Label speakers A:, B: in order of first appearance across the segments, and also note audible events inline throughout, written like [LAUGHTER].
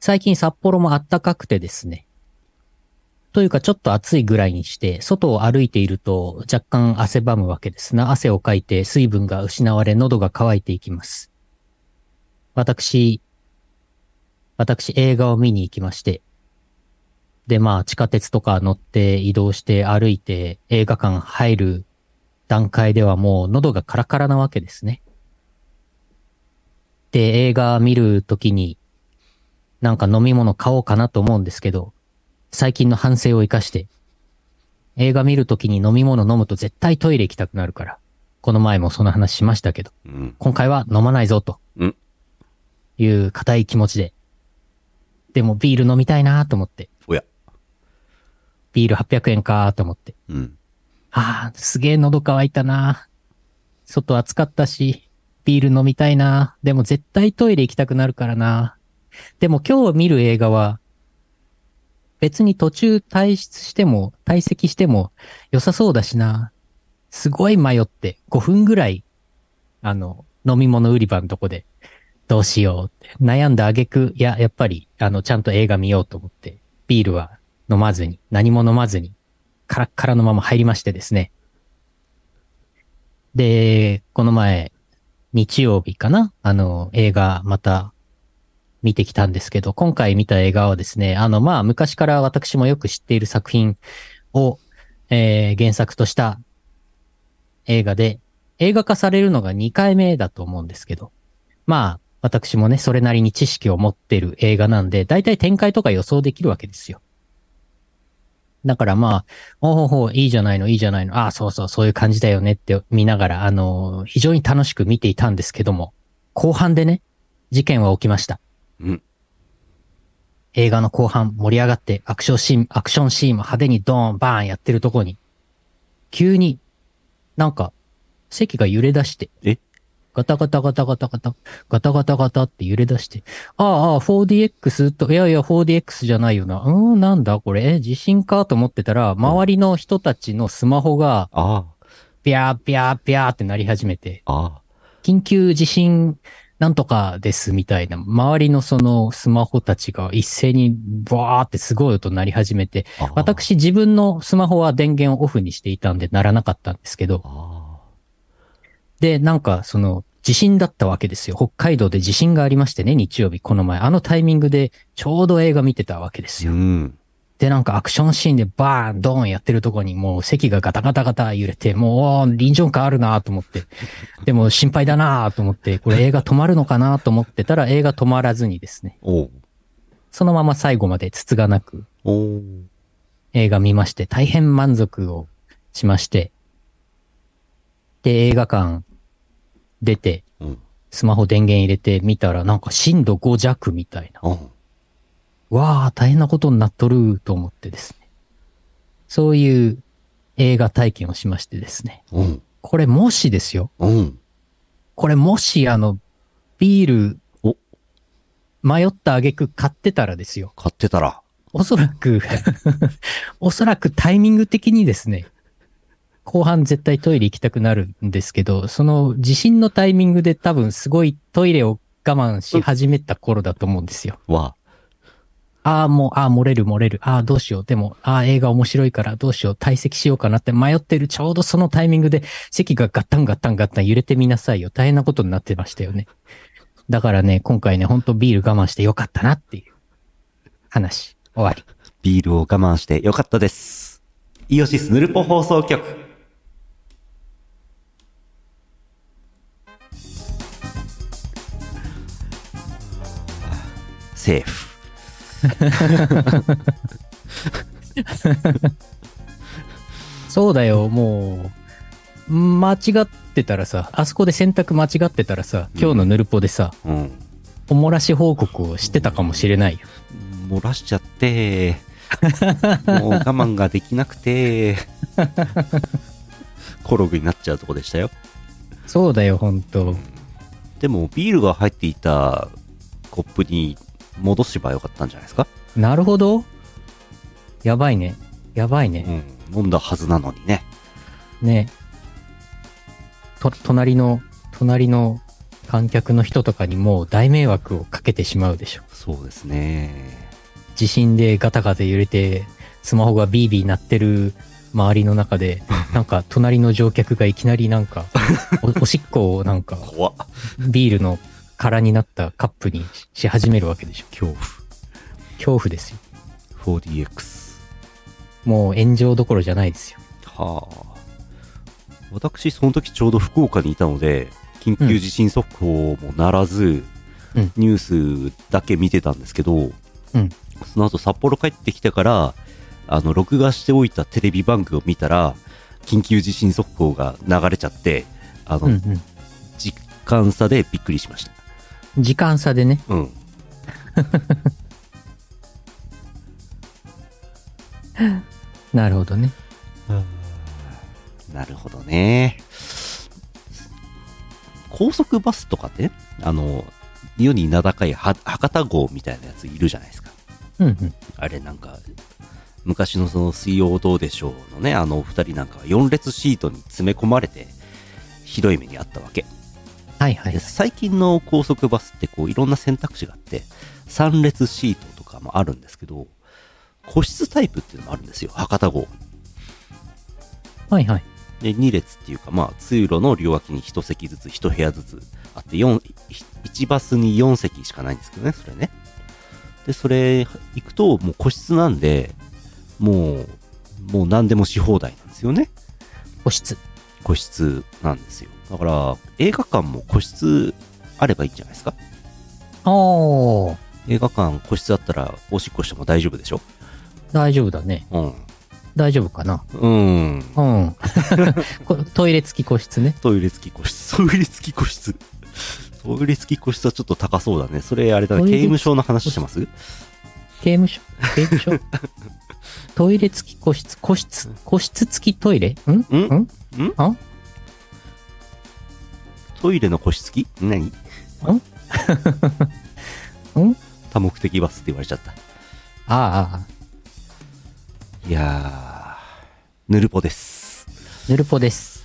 A: 最近札幌も暖かくてですね。というかちょっと暑いぐらいにして、外を歩いていると若干汗ばむわけですな。汗をかいて水分が失われ喉が渇いていきます。私、私映画を見に行きまして。で、まあ地下鉄とか乗って移動して歩いて映画館入る段階ではもう喉がカラカラなわけですね。で、映画見るときになんか飲み物買おうかなと思うんですけど、最近の反省を生かして、映画見るときに飲み物飲むと絶対トイレ行きたくなるから、この前もその話しましたけど、
B: うん。
A: 今回は飲まないぞと
B: うん。
A: いう固い気持ちで、でもビール飲みたいなと思って、
B: おや。
A: ビール800円かと思って、
B: うん。
A: ああ、すげえ喉乾いたな外暑かったし、ビール飲みたいなでも絶対トイレ行きたくなるからなでも今日見る映画は、別に途中退出しても、退席しても良さそうだしなすごい迷って、5分ぐらい、あの、飲み物売り場のとこで、どうしようって悩んだ挙句、いや、やっぱり、あの、ちゃんと映画見ようと思って、ビールは飲まずに、何も飲まずに、カラッカラのまま入りましてですね。で、この前、日曜日かなあの、映画、また、見てきたんですけど、今回見た映画はですね、あの、まあ、昔から私もよく知っている作品を、えー原作とした映画で、映画化されるのが2回目だと思うんですけど、まあ、私もね、それなりに知識を持ってる映画なんで、大体展開とか予想できるわけですよ。だからまあ、おほほ、いいじゃないの、いいじゃないの、ああ、そうそう、そういう感じだよねって見ながら、あのー非常に楽しく見ていたんですけども、後半でね、事件は起きました。
B: うん。
A: 映画の後半盛り上がってアクションシーン、アクションシーンも派手にドーン、バーンやってるとこに、急になんか席が揺れ出して、
B: え
A: ガタガタガタガタガタ、ガタガタガタって揺れ出して、ああ、ああ、4DX と、いやいや、4DX じゃないよな。うーん、なんだこれ、え、地震かと思ってたら、周りの人たちのスマホが、
B: あ
A: ビャービャービャーってなり始めて、
B: あ、ああ。
A: 緊急地震なんとかですみたいな、周りのそのスマホたちが一斉にバーってすごい音鳴り始めて、
B: ああ。
A: 私自分のスマホは電源をオフにしていたんで鳴らなかったんですけど、
B: あ
A: で、なんかその地震だったわけですよ。北海道で地震がありましてね、日曜日この前。あのタイミングでちょうど映画見てたわけです
B: あ。う
A: よ。
B: ん。
A: で、なんかアクションシーンでバーン、ドーンやってるとこにもう席がガタガタガタ揺れて、もうおー臨場感あるなと思って。でも心配だなと思って、これ映画止まるのかなと思ってたら映画止まらずにですね、
B: おう。
A: そのまま最後までつつがなく
B: おう。
A: 映画見まして、大変満足をしまして、で、映画館出て、
B: うん。
A: スマホ電源入れて見たらなんか震度5弱みたいな。
B: おう。
A: わあ、大変なことになっとると思ってですね。そういう映画体験をしましてですね。
B: おう。
A: これもしですよ。
B: おう。
A: これもしあの、ビール
B: お
A: を迷った挙句買ってたらですよ。
B: 買ってたら。
A: おそらく、 [LAUGHS] おそらくタイミング的にですね、後半絶対トイレ行きたくなるんですけど、その地震のタイミングで多分すごいトイレを我慢し始めた頃だと思うんですよ。
B: わ。
A: ああ、もう、ああ、漏れる漏れる。ああ、どうしよう。でも、ああ、映画面白いからどうしよう。退席しようかなって迷ってる。ちょうどそのタイミングで席がガッタンガッタンガッタン揺れてみなさいよ。大変なことになってましたよね。だからね、今回ね、ほんとビール我慢してよかったなっていう話。終わり。
B: ビールを我慢してよかったです。イオシスヌルポ放送局。セーフ。
A: そうだよ、もう、間違ってたらさ、あそこで選択間違ってたらさ、今日のヌルポでさ、
B: うん。
A: お漏らし報告をしてたかもしれないよ。
B: 漏らしちゃ [LAUGHS] って、もう我慢ができなくて、コログになっちゃうとこでしたよ。
A: そうだよ、ほんと。
B: でも、ビールが入っていたコップに戻せばよかったんじゃないですか、
A: なるほど。やばいね。やばいね。
B: うん、飲んだはずなのにね。
A: ねと、隣の、隣の観客の人とかにもう大迷惑をかけてしまうでしょ。
B: そうですね。
A: 地震でガタガタ揺れて、スマホがビービー鳴ってる周りの中 [LAUGHS] で、なんか隣の乗客がいきなりなんか、 [LAUGHS] おおしっこをなんか、
B: 怖っ。
A: ビールの空になったカップにし始めるわけでしょ。
B: 恐
A: 恐怖ですよ。
B: 怖。4DX。
A: もう炎上どころじゃないですよ。
B: はあ。私、その時ちょうど福岡にいたので、緊急地震速報もならず、
A: うん
B: ニュースだけ見てたんですけど、
A: うん
B: その後札幌帰ってきてから、あの、録画しておいたテレビ番組を見たら、緊急地震速報が流れちゃって、あの、
A: うんうん。
B: 実感差でびっくりしました。
A: 時間差でね。
B: うん。
A: なるほどね。
B: なるほどね。高速バスとかってね、あの、世に名高いは博多号みたいなやついるじゃないですか。
A: うんうん。
B: あれなんか、昔のその水曜どうでしょうのね、あのお二人なんかは4列シートに詰め込まれて、ひどい目にあったわけ。
A: はいはい
B: で。最近の高速バスってこういろんな選択肢があって、3列シートとかもあるんですけど、個室タイプっていうのもあるんですよ、博多号。
A: はいはい。
B: で2列っていうか、まあ、通路の両脇に1席ずつ1部屋ずつあって4 1バスに4席しかないんですけどねそれねでそれ行くともう個室なんでもうもう何でもし放題なんですよね
A: 個室。
B: 個室なんですよだから映画館も個室あればいいんじゃないですか
A: おー、
B: 映画館個室だったらおしっこしても大丈夫でしょ
A: 大丈夫だね。
B: うん
A: 大丈夫かな。
B: う
A: う
B: ん
A: ん。 [LAUGHS] こトイレ付き個室ね。
B: トイレ付き [LAUGHS] 個室、トイレ付き個室。トイレ付き個室はちょっと高そうだね。それあれだね、
A: トイ
B: 刑
A: レ付き
B: 務所の話してます
A: 刑務所刑務
B: [LAUGHS]
A: 所トイレ付き個室、個室、個室付きトイレん
B: んん
A: んあ
B: トイレの個室付き何
A: ん
B: 多目的バスって言われちゃった。
A: ああ、
B: いやー、ぬるぽです。
A: ぬるぽです。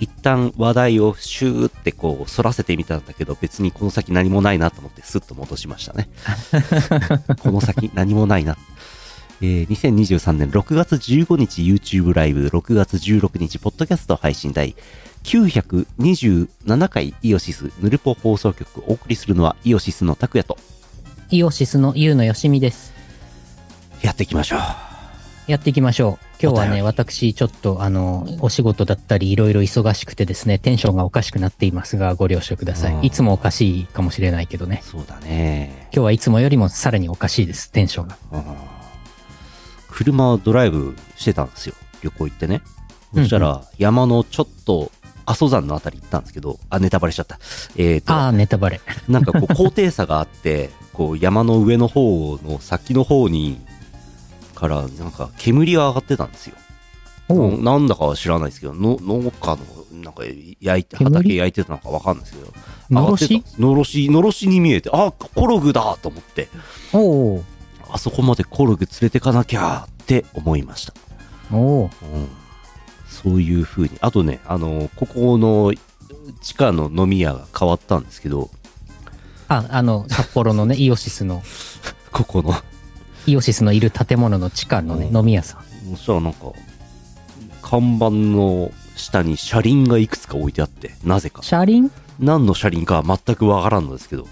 B: 一旦話題をシューってこう、反らせてみたんだけど、別にこの先何もないなと思って、スッと戻しましたね。 [LAUGHS] この先何もないな。えー2023年6月15日 YouTube ライブ、6月16日ポッドキャスト配信第927回イオシスヌルポ放送局お送りするのはイオシスの拓也と
A: イオシスのゆうのよしみです。
B: やっていきましょう。
A: やっていきましょう。今日は
B: お便り
A: ね、私、ちょっと、あの、お仕事だったり、いろいろ忙しくてですね、テンションがおかしくなっていますが、ご了承くださ
B: あー
A: い。いつもおかしいかもしれないけどね。
B: そうだね。
A: 今日はいつもよりもさらにおかしいです、テンションが。
B: うん車をドライブしてたんですよ。旅行行ってね。そしたら山のちょっと阿蘇山のあたり行ったんですけど、あ、ネタバレしちゃった。えーと、
A: ああ、ネタバレ。
B: なんかこう高低差があって、こう山の上の方の先の方に、からなんか煙が上がってたんですよ。
A: おう
B: なんだかは知らないですけど、の農家の、なんか焼いて、
A: 煙
B: 畑焼いてたのかわかんないですけど、
A: のろ
B: 上が
A: し
B: ってたのろし、のろしに見えて、あ、コログだと思って、
A: おう
B: あそこまでコログ連れてかなきゃって思いました。
A: おう
B: うんそういう風に。あとね、あの、ここの地下の飲み屋が変わったんですけど、
A: あ、あの、札幌 [LAUGHS] のね、イオシスの、
B: ここの、 [LAUGHS]
A: イオシスのいる建物の地下のね、
B: うん
A: 飲み屋さん。
B: そしたらなんか、看板の下に車輪がいくつか置いてあって、なぜか。
A: 車輪
B: 何の車輪かは全くわからんのですけど、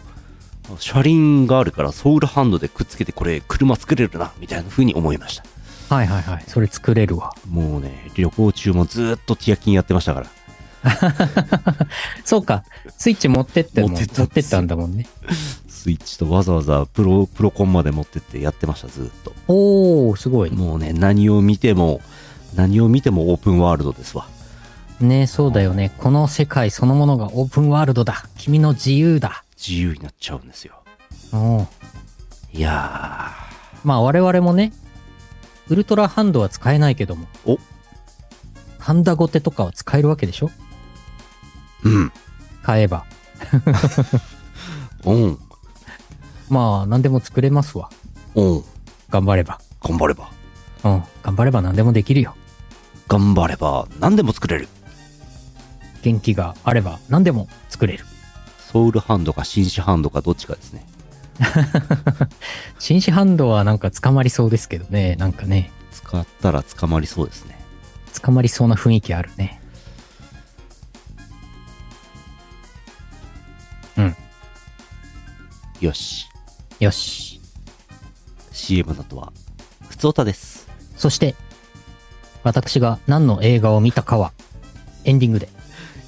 B: 車輪があるからソウルハンドでくっつけてこれ車作れるな、みたいな風に思いました。
A: はいはいはい。それ作れるわ。
B: もうね、旅行中もずーっとティアキンやってましたから。
A: そうか。スイッチ持ってっても、
B: 持
A: 持
B: っ
A: っ
B: てったんで
A: て
B: す
A: ったんだもんね。
B: スイッチとわざわざプロ、プロコンまで持ってってやってました、ずーっと。
A: おー、すごい。
B: もうね、何を見ても、何を見てもオープンワールドですわ。
A: ねそうだよね。この世界そのものがオープンワールドだ。君の自由だ。
B: 自由になっちゃうんですよ。
A: おー
B: いや
A: まあ我々もね、ウルトラハンドは使えないけども。
B: お
A: ハンダゴテとかは使えるわけでしょ
B: ー、うん、
A: 買えば。
B: うん、
A: まあ何でも作れますわ。
B: うん、
A: 頑張れば。
B: 頑張れば、
A: うん。頑張れば何でもできるよ。
B: 頑張れば、何でも作れる。
A: 元気があれば何でも作れる。
B: ソウルハンドか紳士ハンドかどっちかですね。
A: 紳士ハンドはなんか捕まりそうですけどね。なんかね、
B: 使ったら捕まりそうですね。
A: 捕まりそうな雰囲気あるね。
B: よし。
A: よし。
B: CM の後は、ふつおたです。
A: そして、私が何の映画を見たかは、エンディングで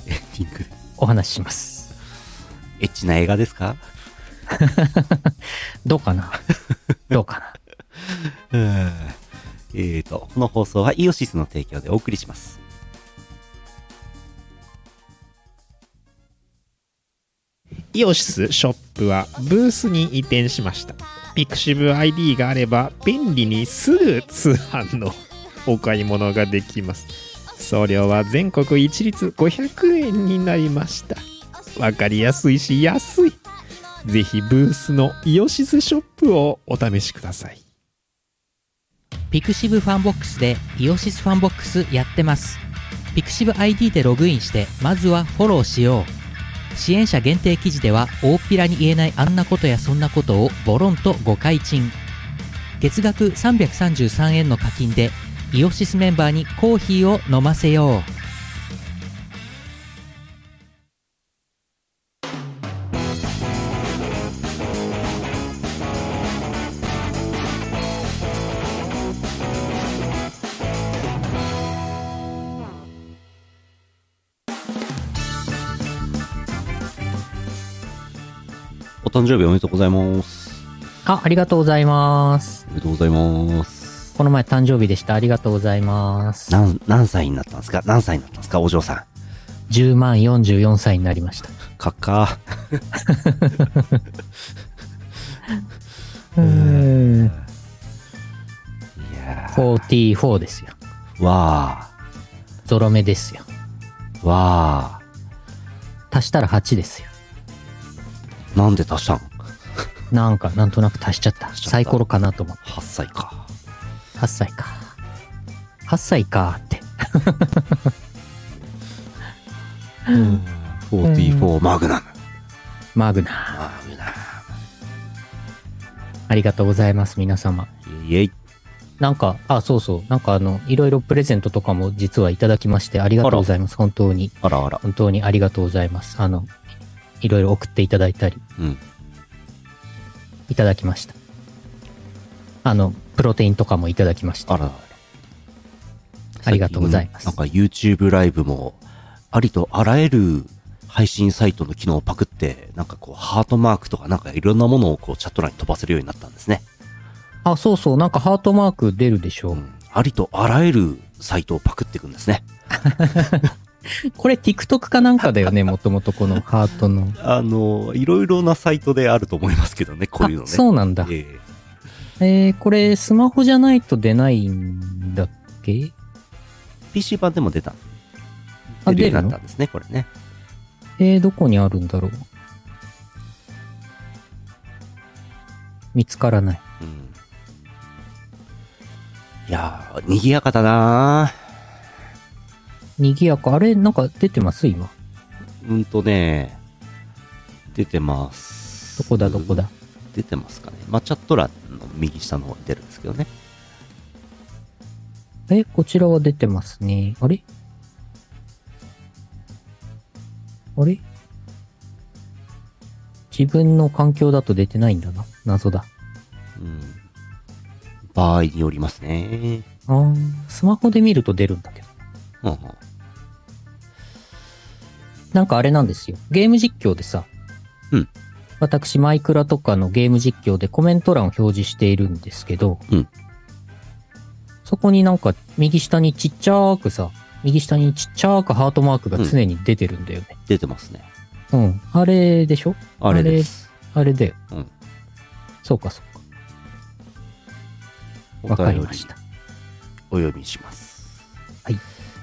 B: エンディング。
A: お話しします。
B: エッチな映画ですか
A: どうかなどうかな
B: うーんえーと、この放送はイオシスの提供でお送りします。
C: イオシスショップはブースに移転しました。ピクシブ ID があれば便利にすぐ通販のお買い物ができます。送料は全国一律500円になりました。わかりやすいし安い。ぜひブースのイオシスショップをお試しください。
D: ピクシブファンボックスでイオシスファンボックスやってます。ピクシブ ID でログインして、まずはフォローしよう。支援者限定記事では、大っぴらに言えないあんなことやそんなことをボロンと誤解賃。月額333円の課金で、イオシスメンバーにコーヒーを飲ませよう。
B: お誕生日おめでとうございます。
A: あ、ありがとうございます。
B: おめでとうございます。
A: この前誕生日でした。ありがとうございます。
B: 何、何歳になったんですか何歳になったんですかお嬢さ
A: 10万44歳になりました。
B: ん。かっか
A: うーん。
B: ー。いや
A: 44ですよ。
B: ー。わ
A: ゾロ目ですよ。
B: ー。わ
A: 足したら8ですよ。
B: ー。なんで足したん
A: なんか、なんとなく足しちゃった。
B: 足しちゃった
A: サイコロかなと思って。
B: ?8 歳か。
A: 8歳か。8歳かーって。
B: 44マグナム。
A: マグナ。
B: マグナ
A: ありがとうございます、皆様。
B: ム。イェイ。
A: なんか、あ、そうそう。なんかあの、いろいろプレゼントとかも実はいただきまして、ありがとうございます。本当に。
B: あらあら。
A: 本当にありがとうございます。あの、いろいろ送っていただいたり、
B: うん。
A: いただきました。あの、プロテインとかもいただきました。
B: あらあら。
A: ありがとうございます
B: 最近なんか YouTube ライブも、ありとあらゆる配信サイトの機能をパクって、なんかこう、ハートマークとかなんかいろんなものをこう、チャット欄に飛ばせるようになったんですね。
A: あ、そうそう。なんかハートマーク出るでしょ。
B: うん。ありとあらゆるサイトをパクっていくんですね。
A: これ TikTok かなんかだよね。もともとこのハートの。
B: あの、いろいろなサイトであると思いますけどね、こういうの
A: あ
B: ね。
A: そうなんだ。
B: ええ
A: えー、これスマホじゃないと出ないんだっけ
B: PC 版でも出た。
A: あ
B: 出
A: 出
B: るように
A: る
B: な
A: の
B: ったんですね、これね。
A: えー、どこにあるんだろう見つからない。
B: うん。いやー、賑やかだなー
A: 賑やか。あれなんか出てます今。
B: うんとね、出てます。
A: どこだどこだ。
B: 出てますかね。まあ、チャット欄の右下の方に出るんですけどね。
A: え、こちらは出てますね。あれあれ自分の環境だと出てないんだな。謎だ。
B: うん。場合によりますね。
A: あースマホで見ると出るんだけど。
B: うんうん。
A: なんかあれなんですよ。ゲーム実況でさ。
B: うん
A: 私、マイクラとかのゲーム実況でコメント欄を表示しているんですけど。
B: うん
A: そこになんか右下にちっちゃくさ、右下にちっちゃくハートマークが常に出てるんだよね。
B: 出てますね。
A: うん。あれでしょ
B: あれです。
A: あれだよ。
B: うん
A: そうかそうか。わかりました。
B: お便りお読みします。
A: はい。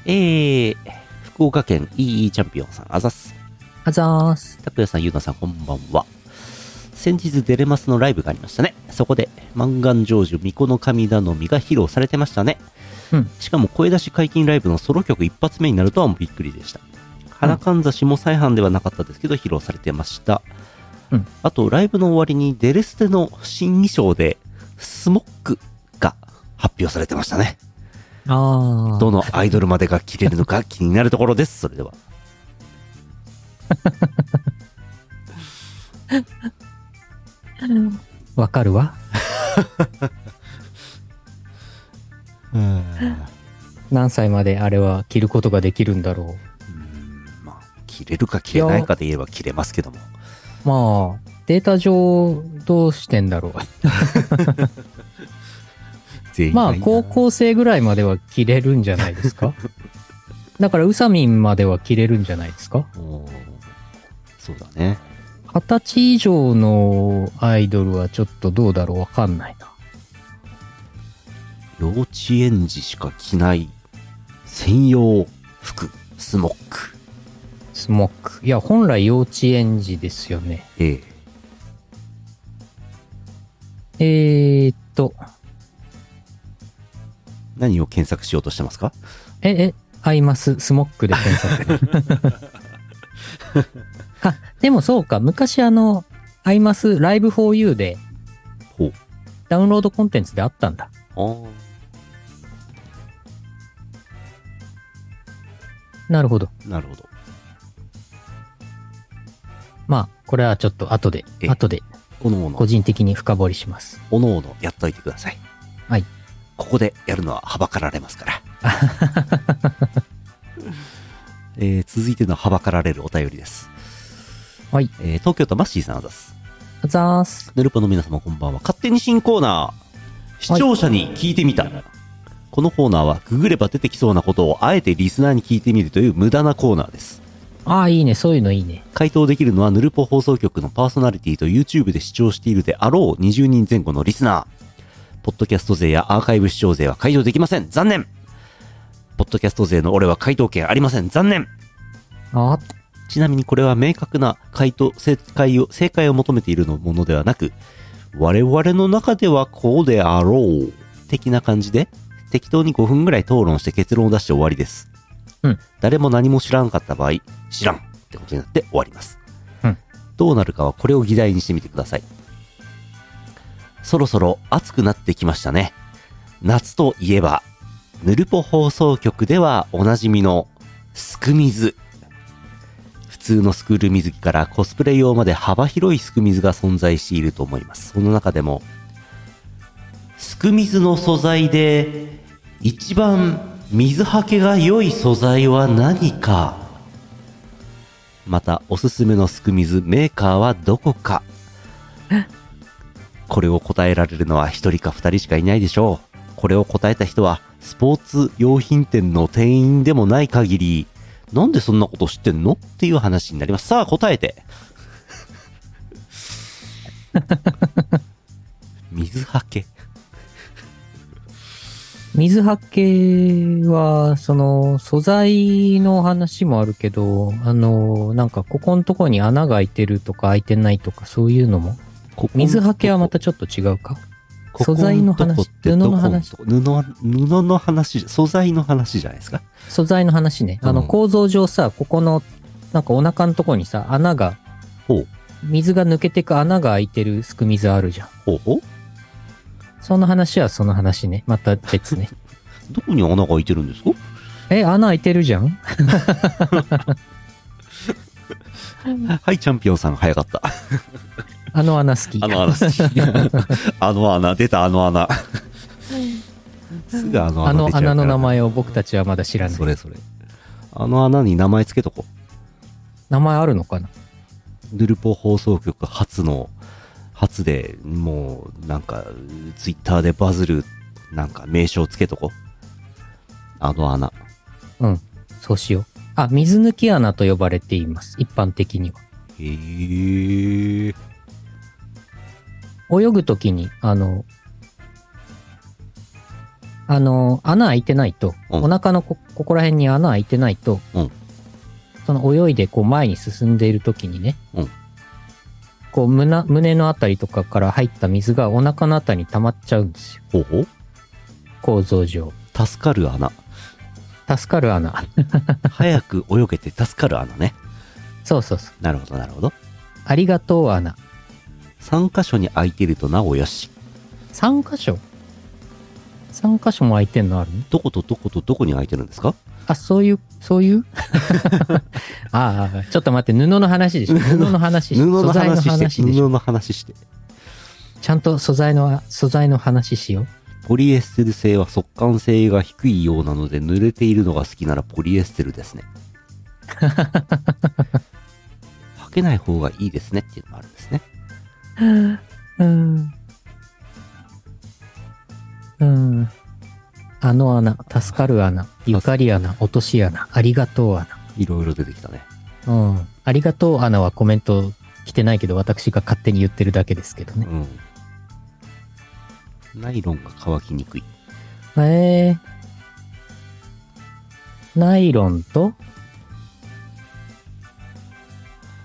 B: えー、福岡県 EE チャンピオンさん、あざっす。
A: あざーす。
B: 拓也さん、ゆうなさん、こんばんは。先日、デレマスのライブがありましたね。そこで、満願成就、巫女の神頼みが披露されてましたね。
A: うん
B: しかも、声出し解禁ライブのソロ曲一発目になるとはもうびっくりでした。花かんざしも再販ではなかったですけど、披露されてました。
A: うん
B: あと、ライブの終わりにデレステの新衣装で、スモックが発表されてましたね。
A: あ
B: どのアイドルまでが切れる
A: [LAUGHS]
B: のか気になるところです。それでは。
A: わかるわ。
B: うん。
A: 何歳まであれは着ることができるんだろ
B: まあ、切れるか切れないかで言えば切れますけども。
A: う。まあ、データ上どうしてんだろ
B: 全
A: う。
B: 員
A: ま
B: が
A: あ、
B: いいな
A: 高校生ぐらいまでは着れるんじゃないです
B: [LAUGHS]
A: かだから、宇佐美までは着れるんじゃないですか
B: おーそうだね。
A: 二十歳以上のアイドルはちょっとどうだろうわかんないな。
B: 幼稚園児しか着ない専用服、スモック。
A: スモック。いや、本来幼稚園児ですよね。
B: ええ。
A: えー、っと、
B: 何を検索しようとしてますか
A: え、え、アイマス、スモックで検索。
B: [LAUGHS]
A: あ、でもそうか、昔あの、アイマス、ライブ 4U で
B: ほう。
A: ダウンロードコンテンツであったんだ。
B: あー
A: なるほど。
B: なるほど。
A: まあ、これはちょっと後で、
B: え
A: 後で
B: おのおの
A: 個、人的に深掘りします。
B: おのおのやっといてください。
A: はい。
B: ここでやるのははばかられま
A: [LAUGHS]
B: すから。えー続いてのはばかられるお便りです。
A: はい。
B: えー東京都マッシーさんあざす。
A: あざーす。
B: ヌルポの皆様こんばんは。勝手に新コーナー。視聴者に聞いてみた。このコーナーはググれば出てきそうなことをあえてリスナーに聞いてみるという無駄なコーナーです。
A: ああ、いいね。そういうのいいね。
B: 回答できるのはヌルポ放送局のパーソナリティと YouTube で視聴しているであろう20人前後のリスナー。ポッドキャスト勢やアーカイブ視聴勢は回答できません。残念ポッドキャスト勢の俺は回答権ありません。残念
A: あ
B: ちなみにこれは明確な回答、正解を、正解を求めているのものではなく、我々の中ではこうであろう、的な感じで、適当に5分ぐらい討論して結論を出して終わりです。
A: うん
B: 誰も何も知らんかった場合、知らんってことになって終わります。
A: うん
B: どうなるかはこれを議題にしてみてください。そろそろ暑くなってきましたね。夏といえば、ヌルポ放送局ではおなじみの、すく水。普通のスクール水着からコスプレ用まで幅広いすく水が存在していると思います。その中でも、すく水の素材で一番水はけが良い素材は何かまたおすすめのすく水メーカーはどこかこれを答えられるのは1人か2人しかいないでしょう。これを答えた人はスポーツ用品店の店員でもない限りなんでそんなこと知ってんのっていう話になります。さあ、答え
A: [LAUGHS]
B: て。水はけ。
A: 水はけは、その、素材の話もあるけど、あの、なんか、ここのとこに穴が開いてるとか開いてないとか、そういうのも。
B: ここ
A: 水はけはまたちょっと違うか。
B: ここ
A: 素材の話
B: とこってどこ
A: 布の話
B: 布は布の話じゃ、素材の話じゃないですか。
A: 素材の話ね。あの、
B: うん
A: 構造上さ、ここの、なんかお腹のとこにさ、穴が、
B: ほう、
A: 水が抜けてく穴が開いてるすく水あるじゃん。
B: ほうほう
A: その話はその話ね。また別ね。
B: どこに穴が開いてるんですか
A: [LAUGHS] え、穴開いてるじゃん
B: はい、チャンピオンさん、早かった。
A: あの穴好き。
B: あの穴
A: [LAUGHS]
B: 好き。あの穴、出たあの穴。すぐあの
A: あ
B: 穴
A: の
B: 出ちゃうから
A: 穴の名前を僕たちはまだ知らな
B: そ
A: い。
B: れそれ。あの穴に名前つけとこう。
A: 名前あるのかな
B: ヌルポ放送局初の、初で、もう、なんか、ツイッターでバズる、なんか、名称つけとこ。あの穴。
A: そうしよう。あ、水抜き穴と呼ばれています。一般的には。
B: へえ。
A: 泳ぐときに、あの、あの、穴開いてないと、
B: うん
A: お腹のこ、ここら辺に穴開いてないと、
B: うん
A: その泳いでこう前に進んでいるときにね、
B: うん
A: こう胸、胸のあたりとかから入った水がお腹のあたりに溜まっちゃうんですよ。
B: ほうほう
A: 構造上。
B: 助かる穴。
A: 助かる穴。
B: 早く泳げて助かる穴ね。
A: そうそうそう。
B: なるほど、なるほど。
A: ありがとう穴。
B: 3箇所に空いてるとなおよし。
A: 3箇所 ?3 箇所も空いてんのあるの
B: どことどことどこに空いてるんですか
A: あ、そういう、そういう [LAUGHS] ああ、ちょっと待って、布の話でしょ。布の話し
B: 布
A: 素
B: の
A: 材の
B: 話して、
A: 話でしょ。
B: 布の話して。
A: ちゃんと素材の、素材の話しよう。
B: ポリエステル製は速乾性が低いようなので濡れているのが好きならポリエステル
A: [LAUGHS]
B: ですね。履けない方がいいですねっていうのもあるんですね。
A: うん。うん。あの穴、助かる穴、ゆかり穴、落とし穴、ありがとう穴。
B: いろいろ出てきたね。
A: うん。ありがとう穴はコメント来てないけど、私が勝手に言ってるだけですけどね。
B: うん。ナイロンが乾きにくい。
A: へえ。ナイロンと、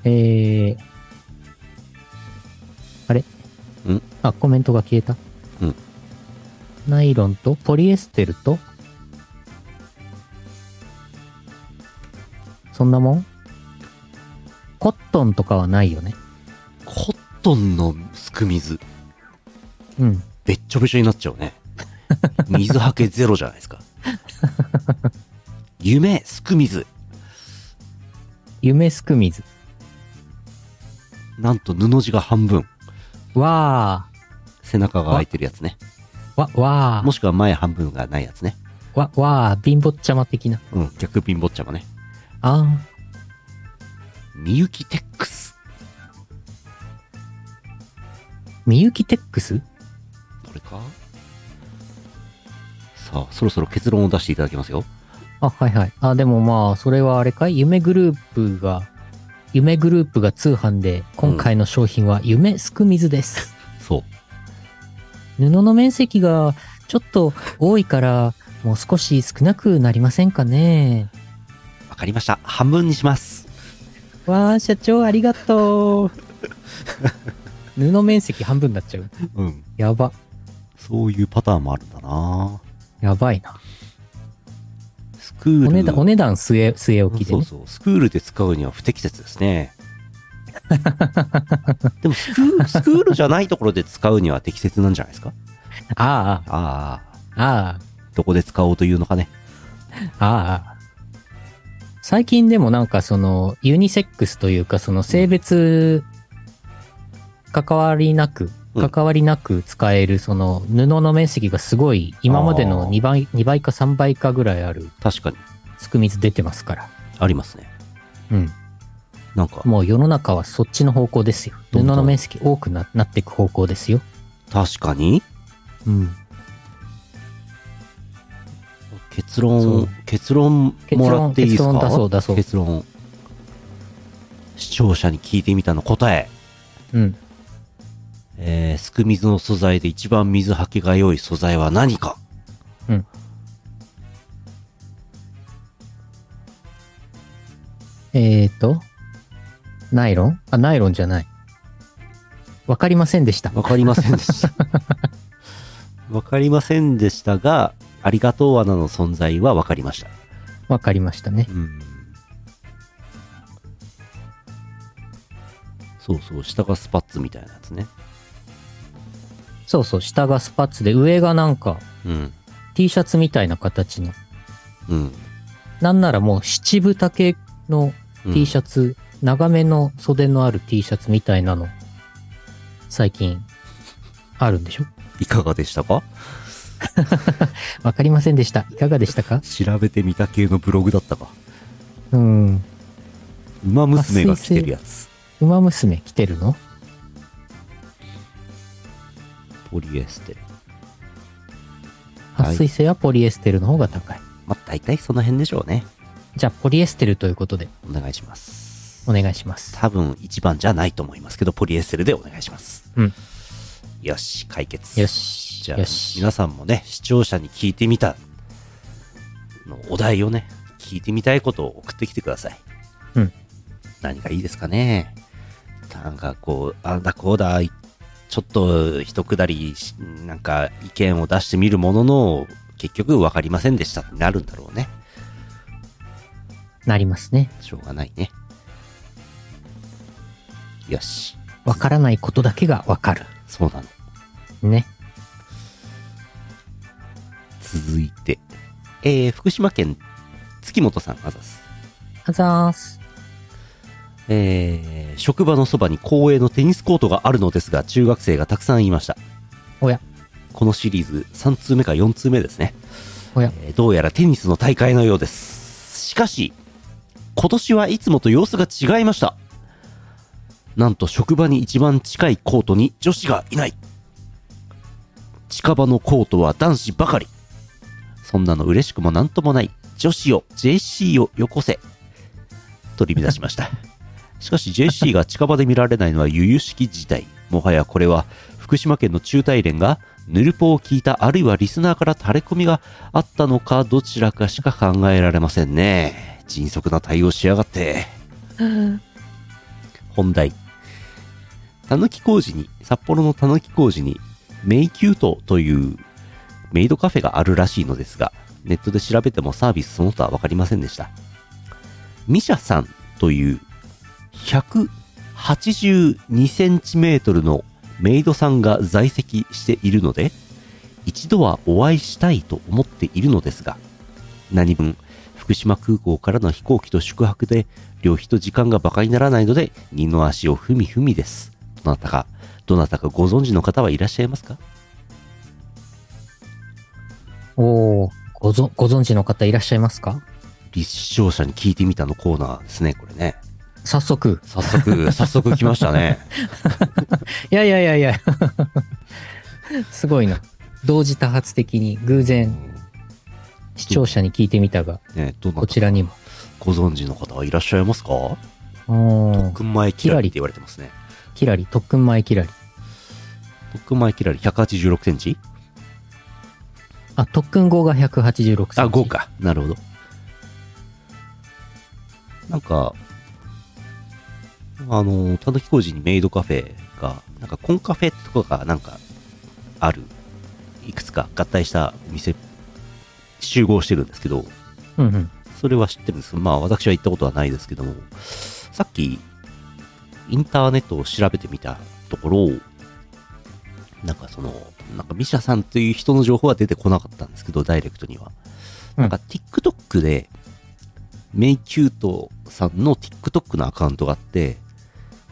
A: えー、あれ
B: ん
A: あ、コメントが消えた。
B: うん。
A: ナイロンと、ポリエステルと、そんなもんコットンとかはないよね。
B: コットンのすく水、
A: うん。
B: べっちょべちょになっちゃ
A: [LAUGHS]
B: うね。水はけゼロじゃないですか。夢、すく水。
A: 夢すく水。
B: なんと布地が半分。
A: わ
B: 背中が空いてるやつね。
A: ー。わ、わ
B: もしくは前半分がないやつね。
A: ー。わ、わー。貧乏ちゃま的な。
B: うん、逆ピンボッチャもね。
A: あー。
B: みゆきテックス。
A: みゆきテックス
B: これかさあ、そろそろ結論を出していただきますよ。
A: あ、はいはい。あ、でもまあ、それはあれかい夢グループが、夢グループが通販で、今回の商品は夢すく水 [LAUGHS] です。
B: そう。
A: 布の面積がちょっと多いから、もう少し少なくなりませんかね。
B: わかりました。半分にします。
A: わあ、社長ありがとう。 [LAUGHS] 布面積半分になっちゃう。
B: うん。
A: やば。
B: そういうパターンもあるんだな
A: やばいな。
B: スクール。
A: お値段、お値段据え、据え置きで
B: そう
A: ね。
B: そう。スクールで使うには不適切で
A: [LAUGHS]
B: すね。でもスクール、スクールじゃないところで使うには適切なんじゃないですか
A: あ
B: あ
A: あ、
B: あ、
A: ああ、
B: どこで使おうというのかね。
A: ああ。最近でもなんかそのユニセックスというかその性別関わりなく、
B: うん
A: 関わりなく使えるその布の面積がすごい今まで
B: あー
A: の2倍、2倍か3倍かぐらいある
B: 確かに。
A: すく水出てますから。
B: ありますね。
A: うん。
B: なんか、
A: もう世の中はそっちの方向ですよ。
B: ど
A: 布
B: んどん
A: の面積多くななっていく方向ですよ。
B: 確かに
A: うん。
B: 結
A: そ
B: 論
A: う、
B: 結論
A: 結
B: もら
A: 論、
B: っていいで
A: 結
B: す
A: 論
B: か
A: 出そう出そう。
B: 結論視聴者に聞いてみたの答え
A: うん。
B: えー、すく水の素材で一番水はけが良い素材は何か
A: うんえーと、ナイロンあ、ナイロンじゃない。わかりませんでした。
B: わかりませんでした
A: [LAUGHS]
B: わかりませんでしたがありがとう穴の存在はわかりました
A: わかりましたね。
B: うんそうそう下がスパッツみたいなやつね
A: そうそう、下がスパッツで、上がなんか
B: うん
A: T シャツみたいな形の。
B: うん
A: なんならもう七分丈の T シ
B: ャツ
A: ャツ、長めの袖のある T シャツみたいなの、最近、あるんでしょ
B: いかがでしたか
A: わかりませんでした。いかがでしたか
B: 調べてみた系のブログだったか
A: うん。
B: 馬娘が着てるやつ
A: ウマ娘着てるの
B: ポリエステルい
A: 撥水性はポリエステルの方が高い。
B: まあ大体その辺でしょうね
A: じゃあ、ポリエステルということで、
B: お願いします
A: お願いします。
B: 多分一番じゃないと思いますけどポリエステルでお願いします
A: うん
B: よし解決
A: よし。
B: じゃあ
A: よし。
B: 皆さんもね視聴者に聞いてみたのお題をね聞いてみたいことを送ってきてください
A: うん
B: 何がいいですかねなんかこうあんだこうだいちょっと一くだりしなんか意見を出してみるものの結局分かりませんでしたってなるんだろうね
A: なりますね。
B: しょうがないね。よし。
A: わからないことだけがわかる。
B: そうなの。
A: ね。
B: 続いて。えー、福島県、月本さん、あざす。
A: あざーす。
B: えー、職場のそばに公営のテニスコートがあるのですが、中学生がたくさんいました。
A: おや。
B: このシリーズ、3通目か4通目ですね。
A: おや
B: えーどうやらテニスの大会のようです。しかし、今年はいつもと様子が違いました。なんと職場に一番近いコートに女子がいない。近場のコートは男子ばかり。そんなの嬉しくもなんともない。女子を、JC をよこせ。取り乱しました。しかし JC が近場で見られないのは由々しき事態。もはやこれは福島県の中大連がヌルポを聞いたあるいはリスナーから垂れ込みがあったのかどちらかしか考えられませんね。迅速な対応しやがって。本題。たぬき工事に、札幌のたぬき工事に、メイキュートというメイドカフェがあるらしいのですが、ネットで調べてもサービスその他はわかりませんでした。ミシャさんという182センチメートルのメイドさんが在籍しているので、一度はお会いしたいと思っているのですが、何分、福島空港からの飛行機と宿泊で、旅費と時間が馬鹿にならないので、二の足を踏み踏みです。どなたか、どなたかご存知の方はいらっしゃいますか
A: おー、ごぞ、ご存知の方いらっしゃいますか
B: 立証者に聞いてみたのコーナーですね、これね。
A: 早速。[LAUGHS]
B: 早速、早速来ましたね。
A: いやいやいやいや。 [LAUGHS] すごいな。同時多発的に偶然視聴者に聞いてみたが、
B: ね、どな
A: こ
B: た
A: ちらにも。
B: ご存知の方はいらっしゃいますか
A: おー、
B: 特前キラリって言われてますね。
A: キラリ、特訓前キラリ。
B: 特前キラリ186センチ
A: あ、特訓号が186センチ。
B: あ、5。か。なるほど。なんか、あの、たぬき工事にメイドカフェが、なんかコンカフェとかがなんかある、いくつか合体したお店、集合してるんですけど、
A: うんうん。
B: それは知ってるんですけど、まあ私は行ったことはないですけども、さっき、インターネットを調べてみたところ、なんかその、なんかミシャさんという人の情報は出てこなかったんですけど、ダイレクトには。
A: うん
B: なんか TikTok で、メイキュートさんの TikTok のアカウントがあって、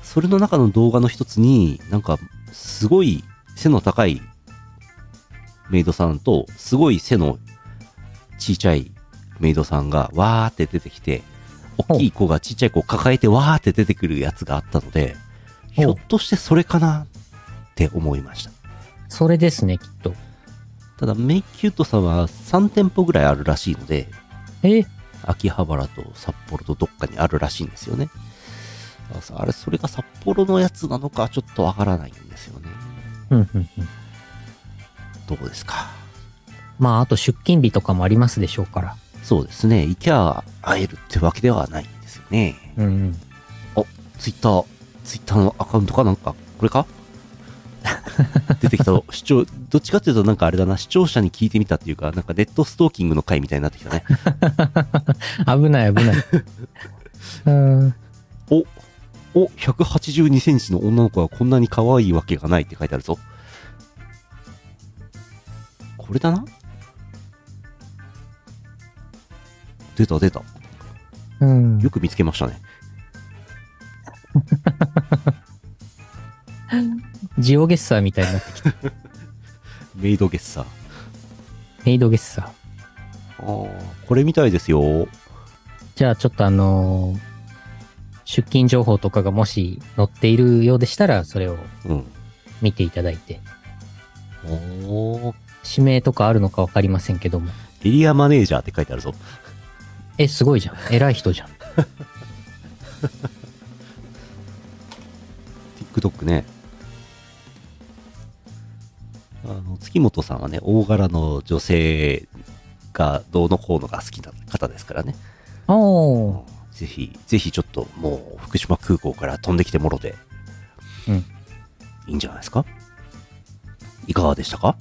B: それの中の動画の一つに、なんか、すごい背の高いメイドさんと、すごい背のちいちゃいメイドさんがわーって出てきて、大きい子がちっちゃい子を抱えてわーって出てくるやつがあったので、ひょっとしてそれかなって思いました。
A: それですね、きっと。
B: ただ、メイキュートさんは3店舗ぐらいあるらしいので、
A: え
B: 秋葉原と札幌とどっかにあるらしいんですよね。あさあれ、それが札幌のやつなのかちょっとわからないんですよね。
A: うんうんうん。
B: どうですか。
A: まあ、あと出勤日とかもありますでしょうから。
B: そうですね。行きゃ会えるってわけではないんですよね。
A: うんうん。
B: ツイッター、ツイッターのアカウントかなんか、これか [LAUGHS] 出てきた視聴、どっちかっていうとなんかあれだな、視聴者に聞いてみたっていうか、なんかネットストーキングの回みたいになってきたね。
A: 危ない [LAUGHS] 危ない。うん。
B: お、お、182センチの女の子はこんなに可愛いわけがないって書いてあるぞ。これだな出た出た。
A: うん
B: よ。く見つけましたね。
A: ジオゲッサーみたいになってきた。
B: メイドゲッサー。
A: メイドゲッサー。
B: あーこれみたいですよ。
A: じゃあ、ちょっとあのー出勤情報とかがもし載っているようでしたら、それを
B: うん。
A: 見ていただいて。
B: お
A: 指名とかあるのかわかりませんけども。
B: エリアマネージャーって書いてあるぞ。
A: え、すごい [LAUGHS] じゃん。偉い人じゃん。
B: TikTok ね。あの、月本さんはね、大柄の女性がどうのこうのが好きな方ですからね。
A: おー。
B: ぜひ、ぜひちょっともう福島空港から飛んできてもろて。
A: うん
B: いいんじゃないですかいかがでしたか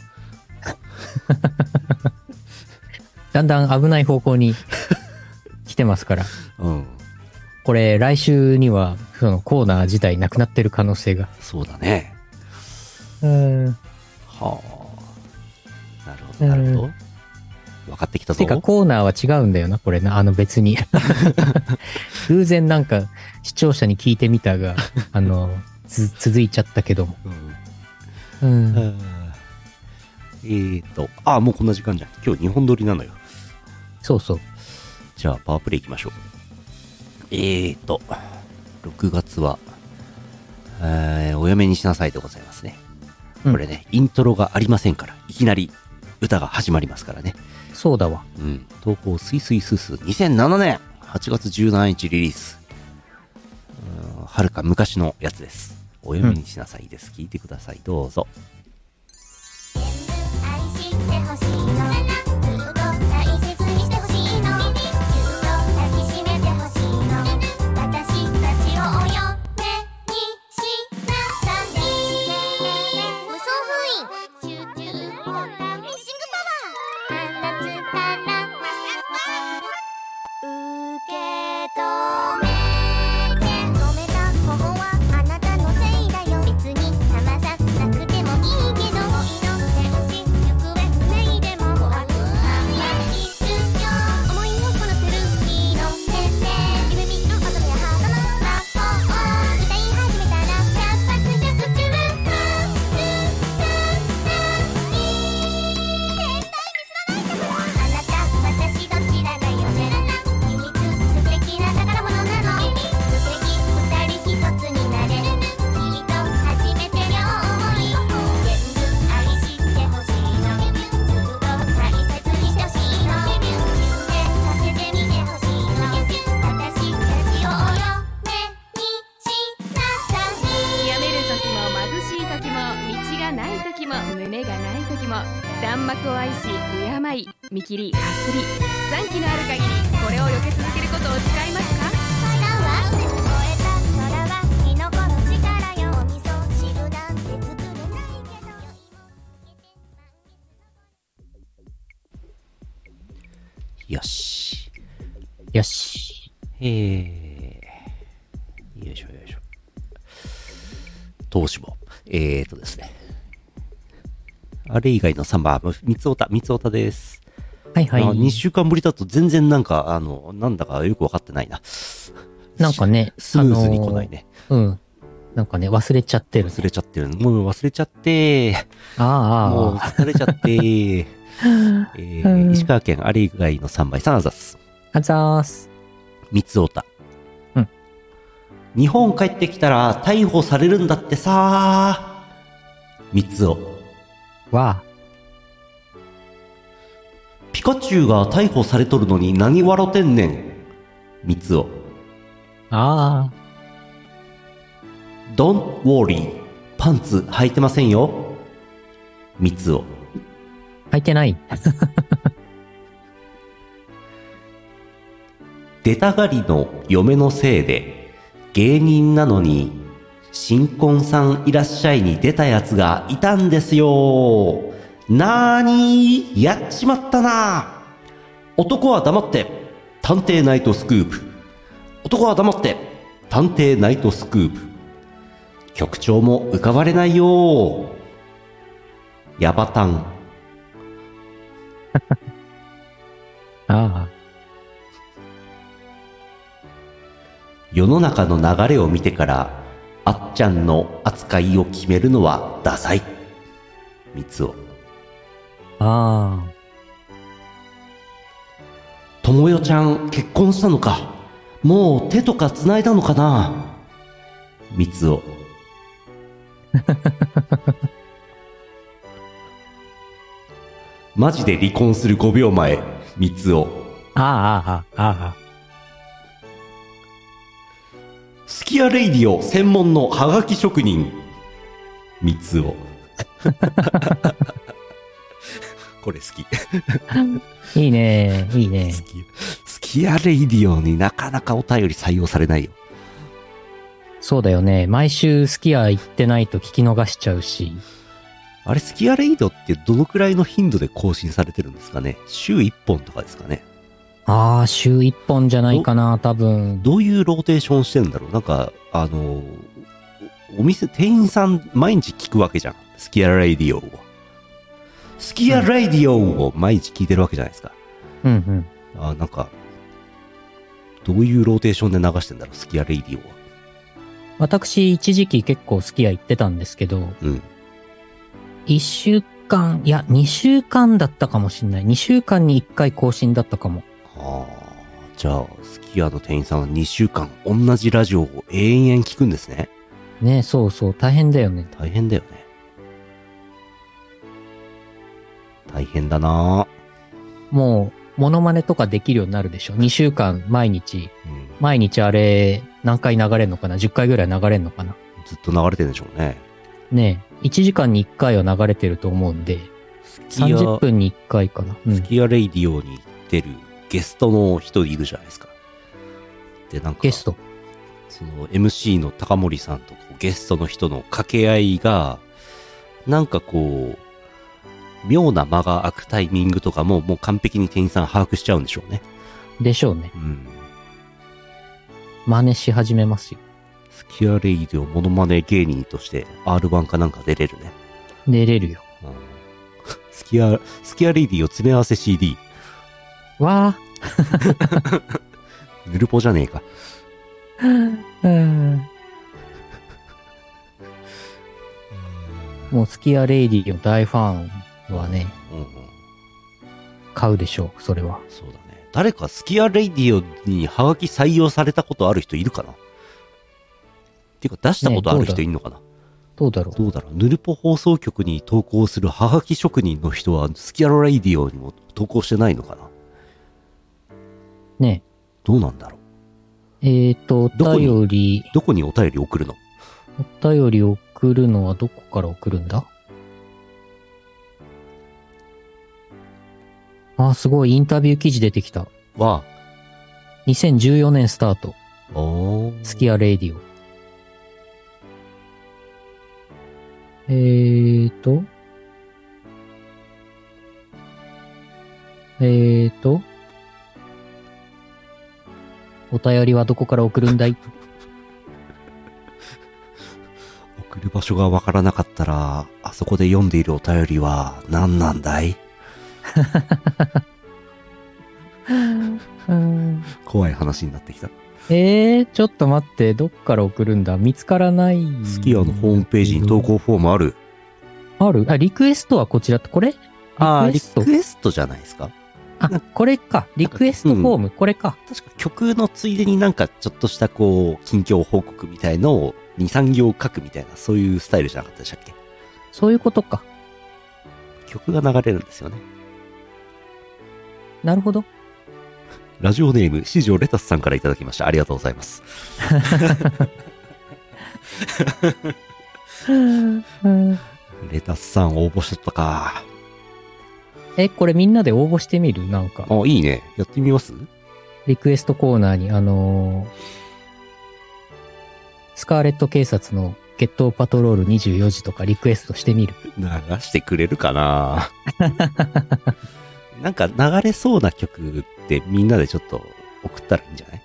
A: [LAUGHS] だんだん危ない方向に来てますから。
B: うん。
A: これ来週にはそのコーナー自体なくなってる可能性が。
B: そうだね。
A: うん。
B: はあ。なるほど、なるほど。分かってきたぞ
A: て。かコーナーは違うんだよな、これな。あの別 [LAUGHS] に。偶然なんか視聴者に聞いてみたが、あの、つ続いちゃったけども。
B: うん
A: うん。
B: えーと、あ、もうこんな時間じゃん。今日2本撮りなのよ。
A: そうそう。
B: じゃあ、パワープレイ行きましょう。えーと、6月は、えーお嫁にしなさいでございますね。
A: うん
B: これね、イントロがありませんから、いきなり歌が始まりますからね。
A: そうだわ。
B: うん。投稿、スイスイスースー、2007年8月17日リリース。はるか昔のやつです。お嫁にしなさいです。聞いてください。どうぞ。
E: 愛してほしいの君を大切にしてほしいの君を抱きしめてほしいの私たちをお嫁にしなさい無双封印集中フィッシングパワー放つから受け止めて止めたここはあなたのせいだよ別に騙さなくてもいいけど祈ってほしい行方不明でも怖くない一瞬思いをこなせる祈ってて夢見ることやハートの魔法を歌い始めたら百発百中ルあなた、私どちらだよね。秘密、素敵な宝物なの。素敵、二人一つになれる。きっと初めて両思い。全部愛してほしいの。ずっと大切にしてほしいの。夢させてみてほしいの。私たちをお嫁にしなさい。
F: 病める時も貧しい時も道がない時も胸がない時も弾幕を愛し敬い見切りかすり残機のある限りこれを避け続けることを誓いますか
E: 空は燃えた空はキノコの力よお味噌汁なんて作れないけど
B: よし。
A: よし。
B: えー、よいしょよいしょ。東芝。えーとですね。あれ以外の3番、三つおた、三つおたです。
A: はいは
B: あ2
A: い。
B: 週間ぶりだと全然なんか、あの、なんだかよくわかってないな。
A: なんかね、
B: スムーズに来ないね。
A: あのー。うん。なんかね、忘れちゃってる。
B: 忘れちゃってる。もう忘れちゃって、も
A: あ
B: う
A: ああ
B: 疲れちゃって、 [LAUGHS] え
A: う
B: ー、
A: ん
B: 石川県あれ以外の3倍、サナザス、
A: あ、あざーす。
B: 三つおた。
A: うん。
B: 日本帰ってきたら逮捕されるんだってさ三つお。
A: わ
B: ピカチュウが逮捕されとるのに何笑てんねん。三つお。
A: あ。あ
B: Don't worry. パンツ履いてませんよ。三つお。
A: あ。履いてない。
B: 出たがりの嫁のせいで芸人なのに新婚さんいらっしゃいに出たやつがいたんですよなーにーやっちまったな男は黙って探偵ナイトスクープ男は黙って探偵ナイトスクープ局長も浮かばれないよヤバタン
A: ああ。
B: 世の中の流れを見てからあっちゃんの扱いを決めるのはダサい三つを
A: ああ。
B: ともよちゃん結婚したのかもう手とか繋いだのかな三つをマジで離婚する5秒前三つを
A: ああ、ああ、ああ。
B: スキアレイディオ専門のハガキ職人三つをこれ好き
A: いいね、いいね。
B: スキスキアレイディオになかなかお便り採用されないよ。
A: そうだよね。毎週スキヤ行ってないと聞き逃しちゃうし。
B: あれ、スキアレイドってどのくらいの頻度で更新されてるんですかね週1本とかですかね
A: ああ、週一本じゃないかな、多分。
B: どういうローテーションしてんだろうなんか、あの、おお店、店員さん、毎日聞くわけじゃん。スキアラディオを。スキアラディオを毎日聞いてるわけじゃないですか。
A: うんうん。
B: あなんか、どういうローテーションで流してんだろうスキアラディオは。
A: 私、一時期結構スキヤ行ってたんですけど、
B: うん。
A: 一週間、いや、二週間だったかもしんない。二週間に一回更新だったかも。
B: ああ、じゃあ、スキアの店員さんは2週間同じラジオを延々聞くんですね。
A: ねそうそう、大変だよね。
B: 大変だよね。大変だなぁ
A: もう、モノマネとかできるようになるでしょ。二週間、毎日。
B: うん
A: 毎日あれ、何回流れんのかな ?10 回ぐらい流れんのかな
B: ずっと流れてるんでしょうね。
A: ねえ、1時間に1回は流れてると思うんで、
B: スキア、
A: 30分に1回かな。う
B: ス
A: ん。
B: キアレイディオに出るゲストの人いるじゃないですか。で、なんか、
A: ゲスト。
B: その MC の高森さんとこうゲストの人の掛け合いが、なんかこう、妙な間が空くタイミングとかも、もう完璧に店員さん把握しちゃうんでしょうね。
A: でしょうね。
B: うん。
A: 真似し始めますよ。
B: スキアレイディオモノマネ芸人として R1 かなんか出れるね。
A: 寝れるよ。
B: うんスキア、スキアレイディオ詰め合わせ CD。
A: わあ。
B: ヌルポじゃねえか。
A: うんもうスキアレイディの大ファンはね、
B: うんうん。
A: 買うでしょう、それは。
B: そうだね。誰かスキアレイディオにハガキ採用されたことある人いるかなっていうか出したことある人いるのかな、
A: どうだろう。
B: どうだろうヌルポ放送局に投稿するハガキ職人の人はスキアレイディオにも投稿してないのかな
A: ね
B: どうなんだろう
A: えっ、と、
B: ど
A: お
B: こに
A: 便り、
B: どこにお便り送るの
A: お便り送るのはどこから送るんだあー、すごい、インタビュー記事出てきた。
B: は、
A: 2014年スタート、
B: お
A: スキアレイディオ。えーと。えーと。お便りはどこから送るんだい
B: 送る場所がわからなかったら、あそこで読んでいるお便りは何なんだい怖い話になってきた。
A: えー、ちょっと待って、どっから送るんだ見つからない。
B: スキアのホームページに投稿フォームある。
A: あるあ、リクエストはこちらって、これ
B: ああ、
A: リクエ
B: リ
A: スト
B: クエストじゃないですか
A: あ、これか。リクエストフォーム、これか。
B: 確か曲のついでになんかちょっとしたこう、近況報告みたいのを2、3行書くみたいな、そういうスタイルじゃなかったでしたっけ
A: そういうことか。
B: 曲が流れるんですよね。
A: なるほど。
B: ラジオネーム、四条レタスさんからいただきました。ありがとうございます。レタスさん応募しちゃったか。
A: え、これみんなで応募してみるなんか。
B: あ、いいね。やってみます
A: リクエストコーナーに、あのースカーレット警察の決闘パトロール24時とかリクエストしてみる。
B: 流してくれるかな [LAUGHS] なんか流れそうな曲ってみんなでちょっと送ったらいいんじゃない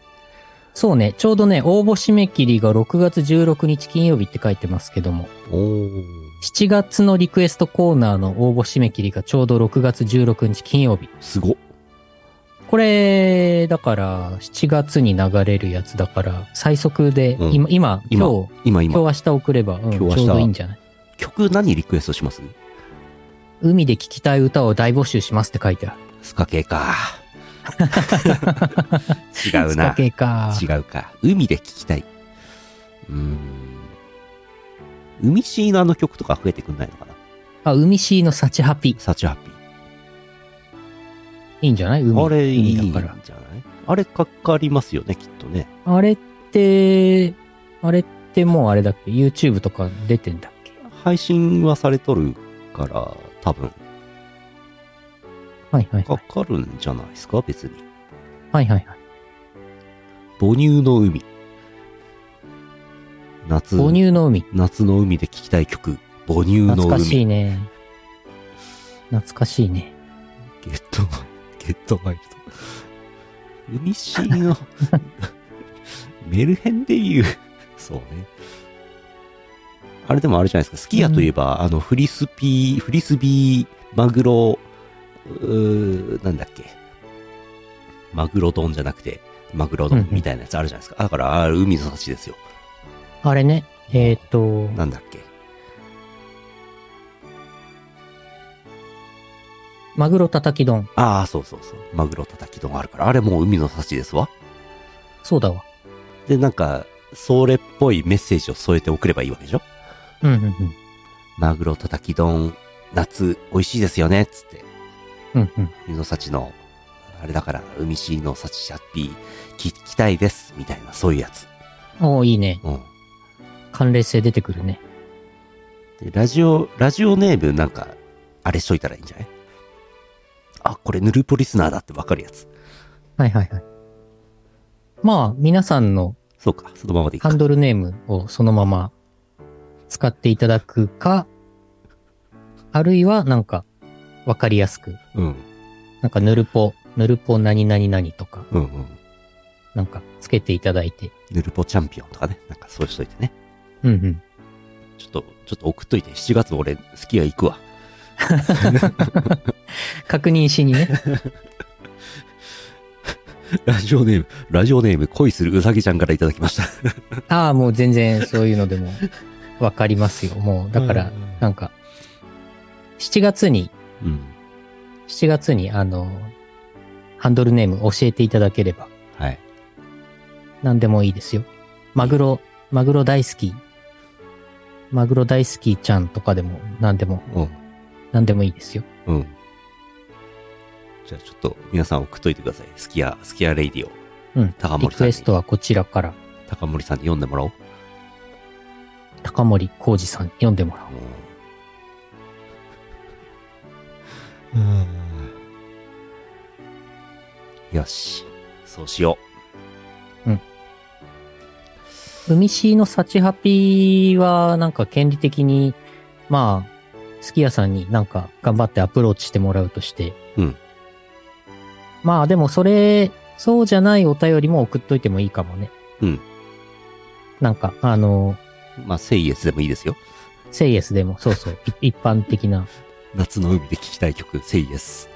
A: そうね、ちょうどね、応募締め切りが6月16日金曜日って書いてますけども、
B: おー。
A: 7月のリクエストコーナーの応募締め切りがちょうど6月16日金曜日。
B: すごっ。
A: これ、だから、7月に流れるやつだから、最速で、
B: うん
A: 今、今、
B: 今
A: 今日、
B: 今今。
A: 今日明日送れば、うん
B: 今日
A: ちょう
B: 明
A: ど
B: 日
A: いいんじゃない
B: 曲何リクエストします
A: 海で聴きたい歌を大募集しますって書いてある。
B: スカ系 [LAUGHS] か。違う
A: スカ
B: な。
A: 系か。
B: 違うか。海で聞きたい。うーん。海シーのあの曲とか増えてくんないのかな
A: あ、海シーのサチハピ。
B: サチハッピー。
A: いいんじゃない海
B: あれいいん
A: 海
B: じ
A: だ
B: ゃ
A: か
B: な
A: ら
B: い。あれかかりますよね、きっとね。
A: あれって、あれってもうあれだっけ ?YouTube とか出てんだっけ
B: 配信はされとるから、多分、
A: はいはいは
B: か
A: い。
B: かるんじゃないですか、別に。
A: はいはいはい。
B: 母乳の海。夏、
A: 母乳の海。
B: 夏の海で聴きたい曲、母乳の海。
A: 懐かしいね。懐かしいね。
B: [LAUGHS] ゲット、ゲットワイルド。ウニシー
A: [LAUGHS]
B: のメルヘンデビュー。そうね。あれでもあれじゃないですか。スキヤといえば、あの、フリスピー、フリスビー、マグロ、うーなんだっけ。マグロ丼じゃなくて、マグロ
A: うん
B: 丼
A: うん
B: みたいなやつあるじゃないですか。だから、あれ海の幸ですよ。
A: あれね、えっ、と、
B: なんだっけ。
A: マグロたたき丼。
B: ああ、そうそうそう。マグロたたき丼あるから、あれもう海の幸ですわ。
A: そうだわ。
B: で、なんか、それっぽいメッセージを添えて送ればいいわけでしょ
A: うんうんうん。
B: マグロたたき丼、夏、美味しいですよね、つって。
A: うんうん。
B: 海の幸の、あれだから、海市の幸シャッピー、聞きたいです、みたいな、そういうやつ。
A: おーいいね。
B: うん。
A: 関連性出てくるね。
B: でラジオ、ラジオネームなんか、あれしといたらいいんじゃないあ、これヌルポリスナーだってわかるやつ。
A: はいはいはい。まあ、皆さんの
B: そうか、そのままでいい
A: ハ
B: か
A: ン。ドルネームをそのまま使っていただくか、あるいはなんか、わかりやすく、
B: うん、
A: なんかぬるぽ、ぬるぽ何々何とか、
B: うん、うん。
A: なんかつけていただいて。
B: ヌルポチャンピオンとかね、なんかそうしといてね。
A: うんうん。
B: ちょっと、ちょっと送っといて、7月俺、スキヤ行くわ。
A: 確認しにね。 [LAUGHS]
B: ラジオネーム、ラジオネーム、恋するうさぎちゃんからいただきました。
A: ああ、もう全然そういうのでもわかりますよ。もう、だから、なんか、7月に、
B: うん。
A: 7月に、あの、ハンドルネーム教えていただければ、
B: はい。
A: 何でもいいですよ。マグロ、マグロ大好き。マグロ大好きちゃんとかでも、何でも、
B: うん。
A: 何でもいいですよ。
B: うん。じゃあちょっと、皆さん送っといてください。スキヤ、スキヤレイディを。
A: うん。
B: 高
A: リ
B: 森さん
A: ク
B: に
A: エストはこちらから、
B: 高森さんに読んでもらおう。
A: 高森浩二さんに読んでもらおう。
B: うん。よし。そうしよ
A: 海市の幸ハピは、なんか権利的に、まあ、すき家さんになんか頑張ってアプローチしてもらうとして。
B: うん
A: まあでもそれ、そうじゃないお便りも送っといてもいいかもね。
B: うん
A: なんか、あの、
B: う。まあ、セイエスでもいいですよ。
A: セイエスでも、そうそう、い一般的な。
B: 夏の海で聴きたい曲、セイエス。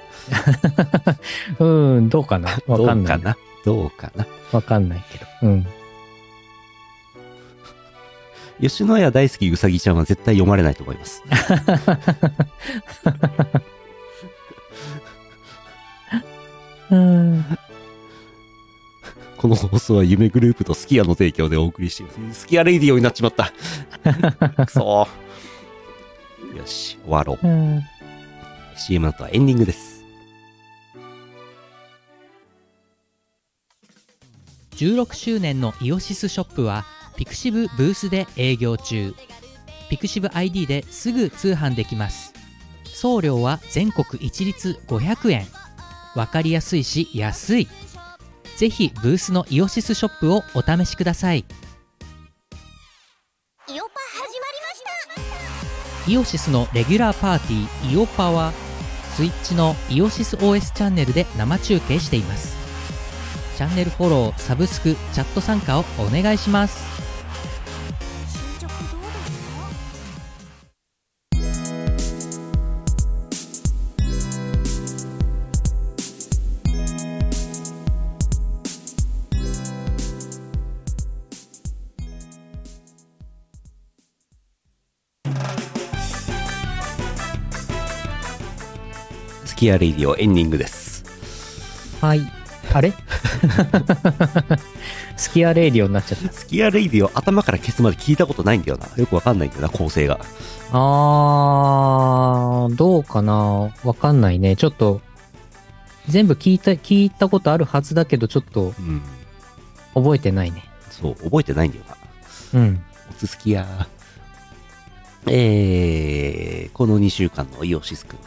A: うーん、どうかなわかんな
B: どうか
A: い。
B: などうかな
A: わかんないけど。うん。
B: 吉野家大好きうさぎちゃんは絶対読まれないと思います。
A: うん。
B: [LAUGHS] この放送は夢グループとスキヤの提供でお送りしています。スキヤレイディオになっちま [LAUGHS] った。くそー。よし、終わろう。
A: うん
B: CM の後はエンディングです。
D: 16周年のイオシスショップはピクシブブースで営業中ピクシブ ID ですぐ通販できます送料は全国一律500円わかりやすいし安いぜひブースのイオシスショップをお試しください
E: イオパ始まりました
D: イオシスのレギュラーパーティー「イオパ」はスイッチのイオシス OS チャンネルで生中継していますチャンネルフォローサブスクチャット参加をお願いします
E: 進捗どうですか
B: スキヤレイディオエンディングです。
A: はい。あれ [LAUGHS] スキアレイディオになっちゃった。
B: スキヤレイディオ頭から消すまで聞いたことないんだよな。よくわかんないんだよな、構成が。
A: あー、どうかなわかんないね。ちょっと、全部聞いた、聞いたことあるはずだけど、ちょっと
B: うん。
A: 覚えてないね。
B: そう、覚えてないんだよな。
A: うん。
B: おつすきや。えー、この2週間のイオシスくん。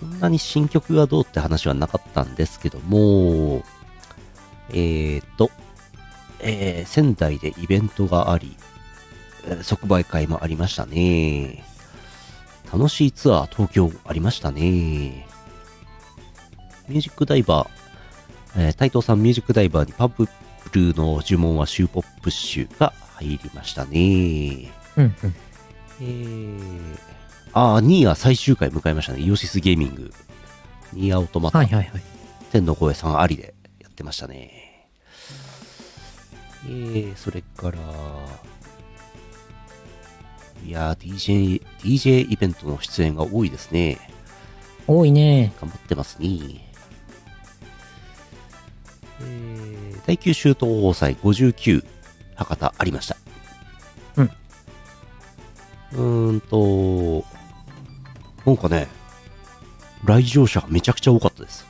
B: そんなに新曲がどうって話はなかったんですけども、えーと、えー仙台でイベントがあり、えー即売会もありましたね。楽しいツアー東京ありましたね。ミュージックダイバー、えー、台頭さんミュージックダイバーにパンプルの呪文はシューポップッシュが入りましたね。
A: うんうん。
B: えー、あー、ニーア最終回迎えましたね。イオシスゲーミング。ニーアオートマット、
A: はいはいはい。
B: 天の声さんありでやってましたね。えー、それから、いやー、DJ、DJ イベントの出演が多いですね。
A: 多いね。
B: 頑張ってますね。えー、第9州東宝祭59、博多ありました。
A: うん。
B: うーんと、なんかね、来場者がめちゃくちゃ多かったです。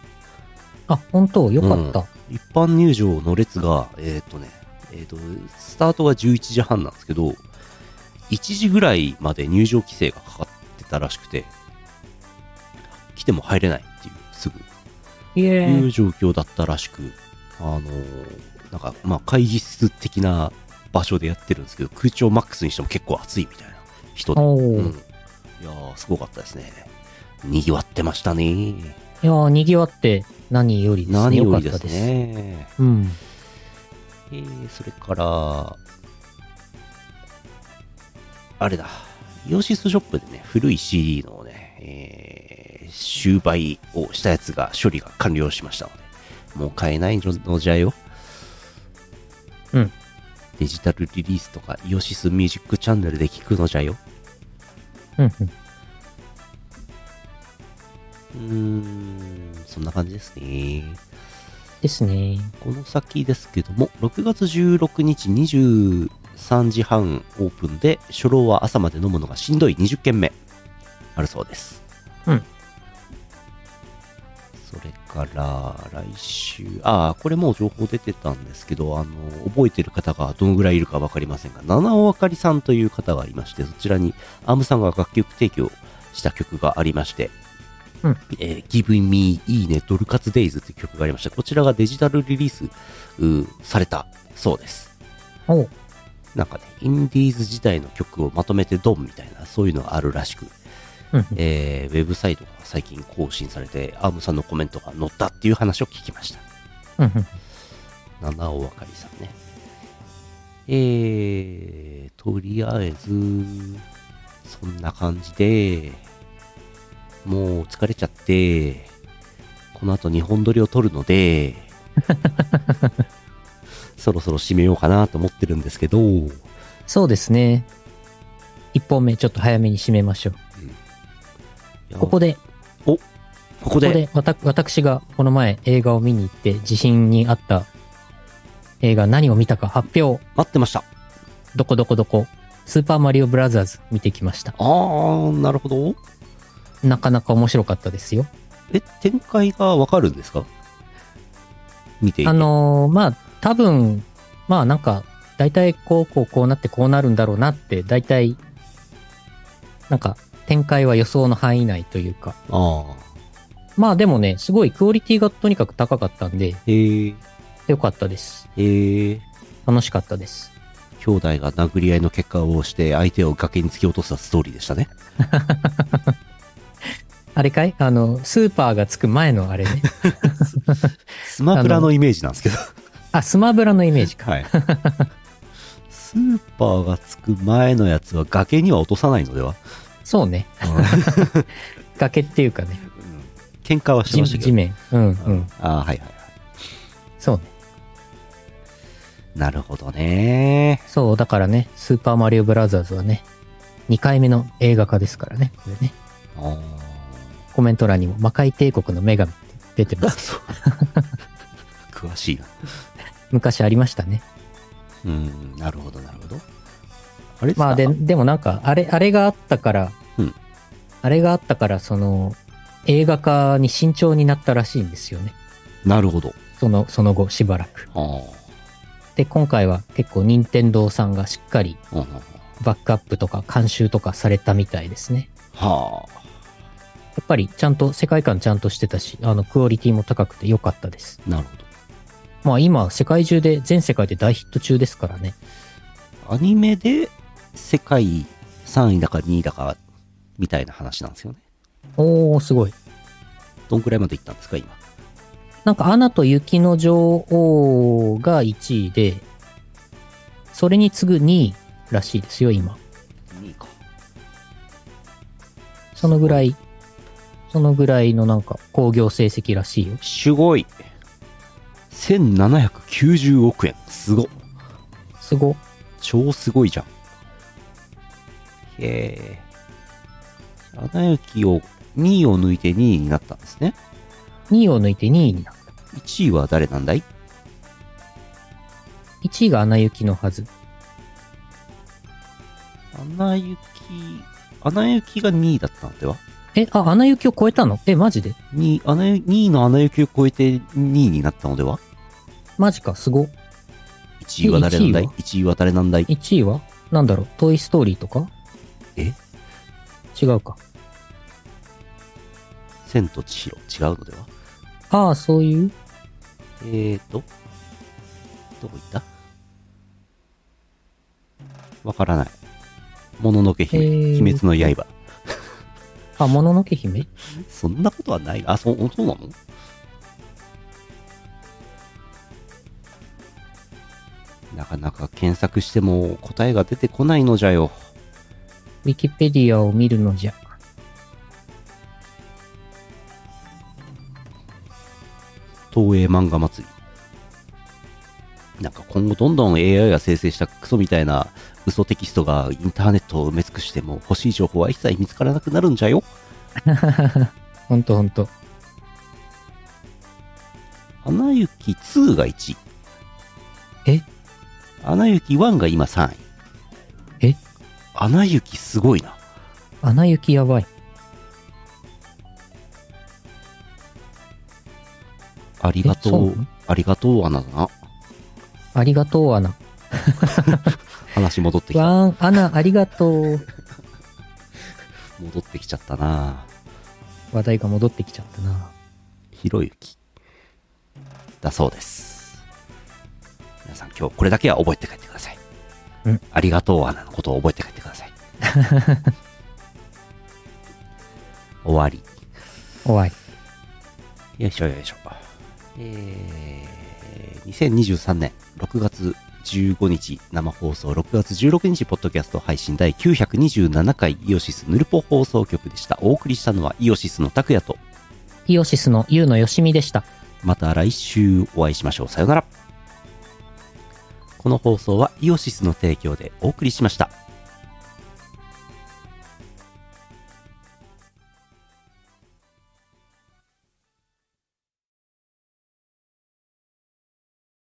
A: あ、本当よかった。
B: 一般入場の列が、えーっ、とね、えーっ、と、スタートが11時半なんですけど、1時ぐらいまで入場規制がかかってたらしくて、来ても入れないっていう、すぐ。
A: いえ
B: いう状況だったらしく、あのなんか、まあ、会議室的な場所でやってるんですけど、空調マックスにしても結構暑いみたいな人で、
A: お
B: う
A: ー
B: ん、いやー、すごかったですね。にぎわってましたね。
A: いやー、賑わって何よりですね。
B: 何より
A: よ
B: で
A: かっ
B: す
A: たです。
B: ね。
A: うん。
B: えー、それから、あれだ、イオシスショップでね、古い CD のね、えー、終売をしたやつが、処理が完了しましたので、もう買えないののじゃよ。
A: うん。
B: デジタルリリースとか、イオシスミュージックチャンネルで聞くのじゃよ。
A: うんうん。
B: うーん、そんな感じですね。
A: ですね。
B: この先ですけども、6月16日23時半オープンで、初老は朝まで飲むのがしんどい20軒目、あるそうです。
A: うん。
B: それから、来週、ああ、これもう情報出てたんですけど、あの、覚えてる方がどのぐらいいるかわかりませんが、七尾あかりさんという方がいまして、そちらにアームさんが楽曲提供した曲がありまして、
A: うん
B: えー Give Me いいねドルカツデイズという曲がありました。こちらがデジタルリリースうんされたそうです。
A: おう
B: なんかね、インディーズ時代の曲をまとめてドンみたいな、そういうのがあるらしく、
A: うんうん
B: えーウェブサイトが最近更新されて、アームさんのコメントが載ったっていう話を聞きました。
A: うんうん。
B: 七尾あかりさんね。えー、とりあえず、そんな感じで、もう疲れちゃって、この後日本撮りを撮る
A: [LAUGHS]
B: ので、そろそろ締めようかなと思ってるんですけど、
A: そうですね。一本目ちょっと早めに締めましょう。ここ
B: で、
A: で、
B: ここ
A: ここ
B: で、
A: でわた私がこの前映画を見に行って地震にあった映画何を見たか発表。
B: 待ってました。
A: どこどこどこ。スーパーマリオブラザーズ見てきました。
B: あー、なるほど。
A: なかなか面白かったですよ。
B: え、展開がわかるんですか見ていて
A: あのーまあ、多分、まあなんか、大体こう、こう、こうなってこうなるんだろうなって、大体、なんか、展開は予想の範囲内というか。
B: あ
A: まあでもね、すごいクオリティがとにかく高かったんで、
B: ー、へー、
A: よかったです。
B: へー。
A: 楽しかったです。
B: 兄弟が殴り合いの結果をして相手を崖に突き落としたストーリーでしたね。
A: あれかいあの、スーパーがつく前のあ
B: [LAUGHS]
A: れね。
B: スマブラのイメージなんですけど。
A: あ、スマブラのイメージか。
B: はい。スーパーがつく前のやつは崖には落とさないのでは、
A: そうね。崖っていうかね。
B: 喧嘩はして
A: 地
B: ましたけ
A: 地
B: ど。
A: 面。うんうん。
B: ああ、はいはいはい。
A: そうね。
B: なるほどね。
A: そう、だからね、スーパーマリオブラザーズはね、2回目の映画化ですからね、これね。
B: あー
A: コメント欄にも魔界帝国の女神って出て
B: [LAUGHS]
A: ます。
B: 詳しいな。
A: 昔ありましたね。
B: うん、なるほどなるほど。あれですか
A: まあで、でもなんか、あれ、あれがあったから、
B: うん
A: あれがあったから、その、映画化に慎重になったらしいんですよね。
B: なるほど。
A: その、その後、しばらく。
B: あー
A: で、今回は結構、任天堂さんがしっかり
B: うんうんうん
A: バックアップとか監修とかされたみたいですね。
B: は
A: やっぱり、ちゃんと、世界観ちゃんとしてたし、あの、クオリティも高くて良かったです。
B: あ、なるほど。
A: まあ今、世界中で、全世界で大ヒット中ですからね。
B: アニメで世界3位だか2位だかみたいな話なんですよね。
A: おー、すごい。
B: どんくらいまで行ったんですか、今。
A: なんか、アナと雪の女王が1位で、それに次ぐ2位らしいですよ、今。
B: 2位か。
A: そのぐらい、そのぐらいのなんか、興行成績らしいよ。
B: すごい。1790億円。すごっ。
A: すご。
B: 超すごいじゃん。へえ。アナ雪を、2位を抜いて2位になったんですね。
A: 2位を抜いて2位になる。
B: 1位は誰なんだい
A: 1位がアナ雪のはず。
B: アナ雪、アナ雪が2位だったのでは
A: え、あ、アナ雪を超えたのえ、マジで
B: ?2 位、アナ、2位のアナ雪を超えて2位になったのでは
A: マジか、すご。
B: ?1 位は誰なんだい ?1 位は誰なんだい
A: 1位はなんだろう、トイストーリーとか
B: え
A: 違うか。
B: 千と千尋。違うのでは
A: ああ、そういう
B: えーと、どこ行ったわからない。もののけ姫、
A: えー
B: 鬼滅の刃。
A: あ、もののけ姫
B: そんなことはない。あ、そう、そうなのなかなか検索しても答えが出てこないのじゃよ。
A: ウィキペディアを見るのじゃ。
B: 東映漫画祭り。なんか今後どんどん AI が生成したクソみたいな嘘テキストがインターネットを埋め尽くしても欲しい情報は一切見つからなくなるんじゃよ。
A: ほんとほんと。
B: アナ雪2が1位。
A: え
B: アナ雪1が今3位。
A: え
B: アナ雪すごいな。
A: アナ雪やばい。
B: ありが
A: えそ
B: と
A: う
B: う
A: なの。
B: ありがとう、アナだな。
A: ありがとう、アナ。
B: 話戻ってきた。
A: わーん、アナ、ありがとう。
B: 戻ってきちゃったな。
A: 話題が戻ってきちゃったな。
B: ひろゆき。だそうです。皆さん今日これだけは覚えて帰ってください。
A: うん
B: ありがとう、アナのことを覚えて帰ってくだ
A: [LAUGHS]
B: さい。終わり。
A: 怖い。
B: よいしょよいしょ。えー、2023年6月15日生放送6月16日ポッドキャスト配信第927回イオシスヌルポ放送局でした。お送りしたのはイオシスの拓也と、
A: イオシスのユウのよしみでした。
B: また来週お会いしましょう。さよなら。この放送はイオシスの提供でお送りしました。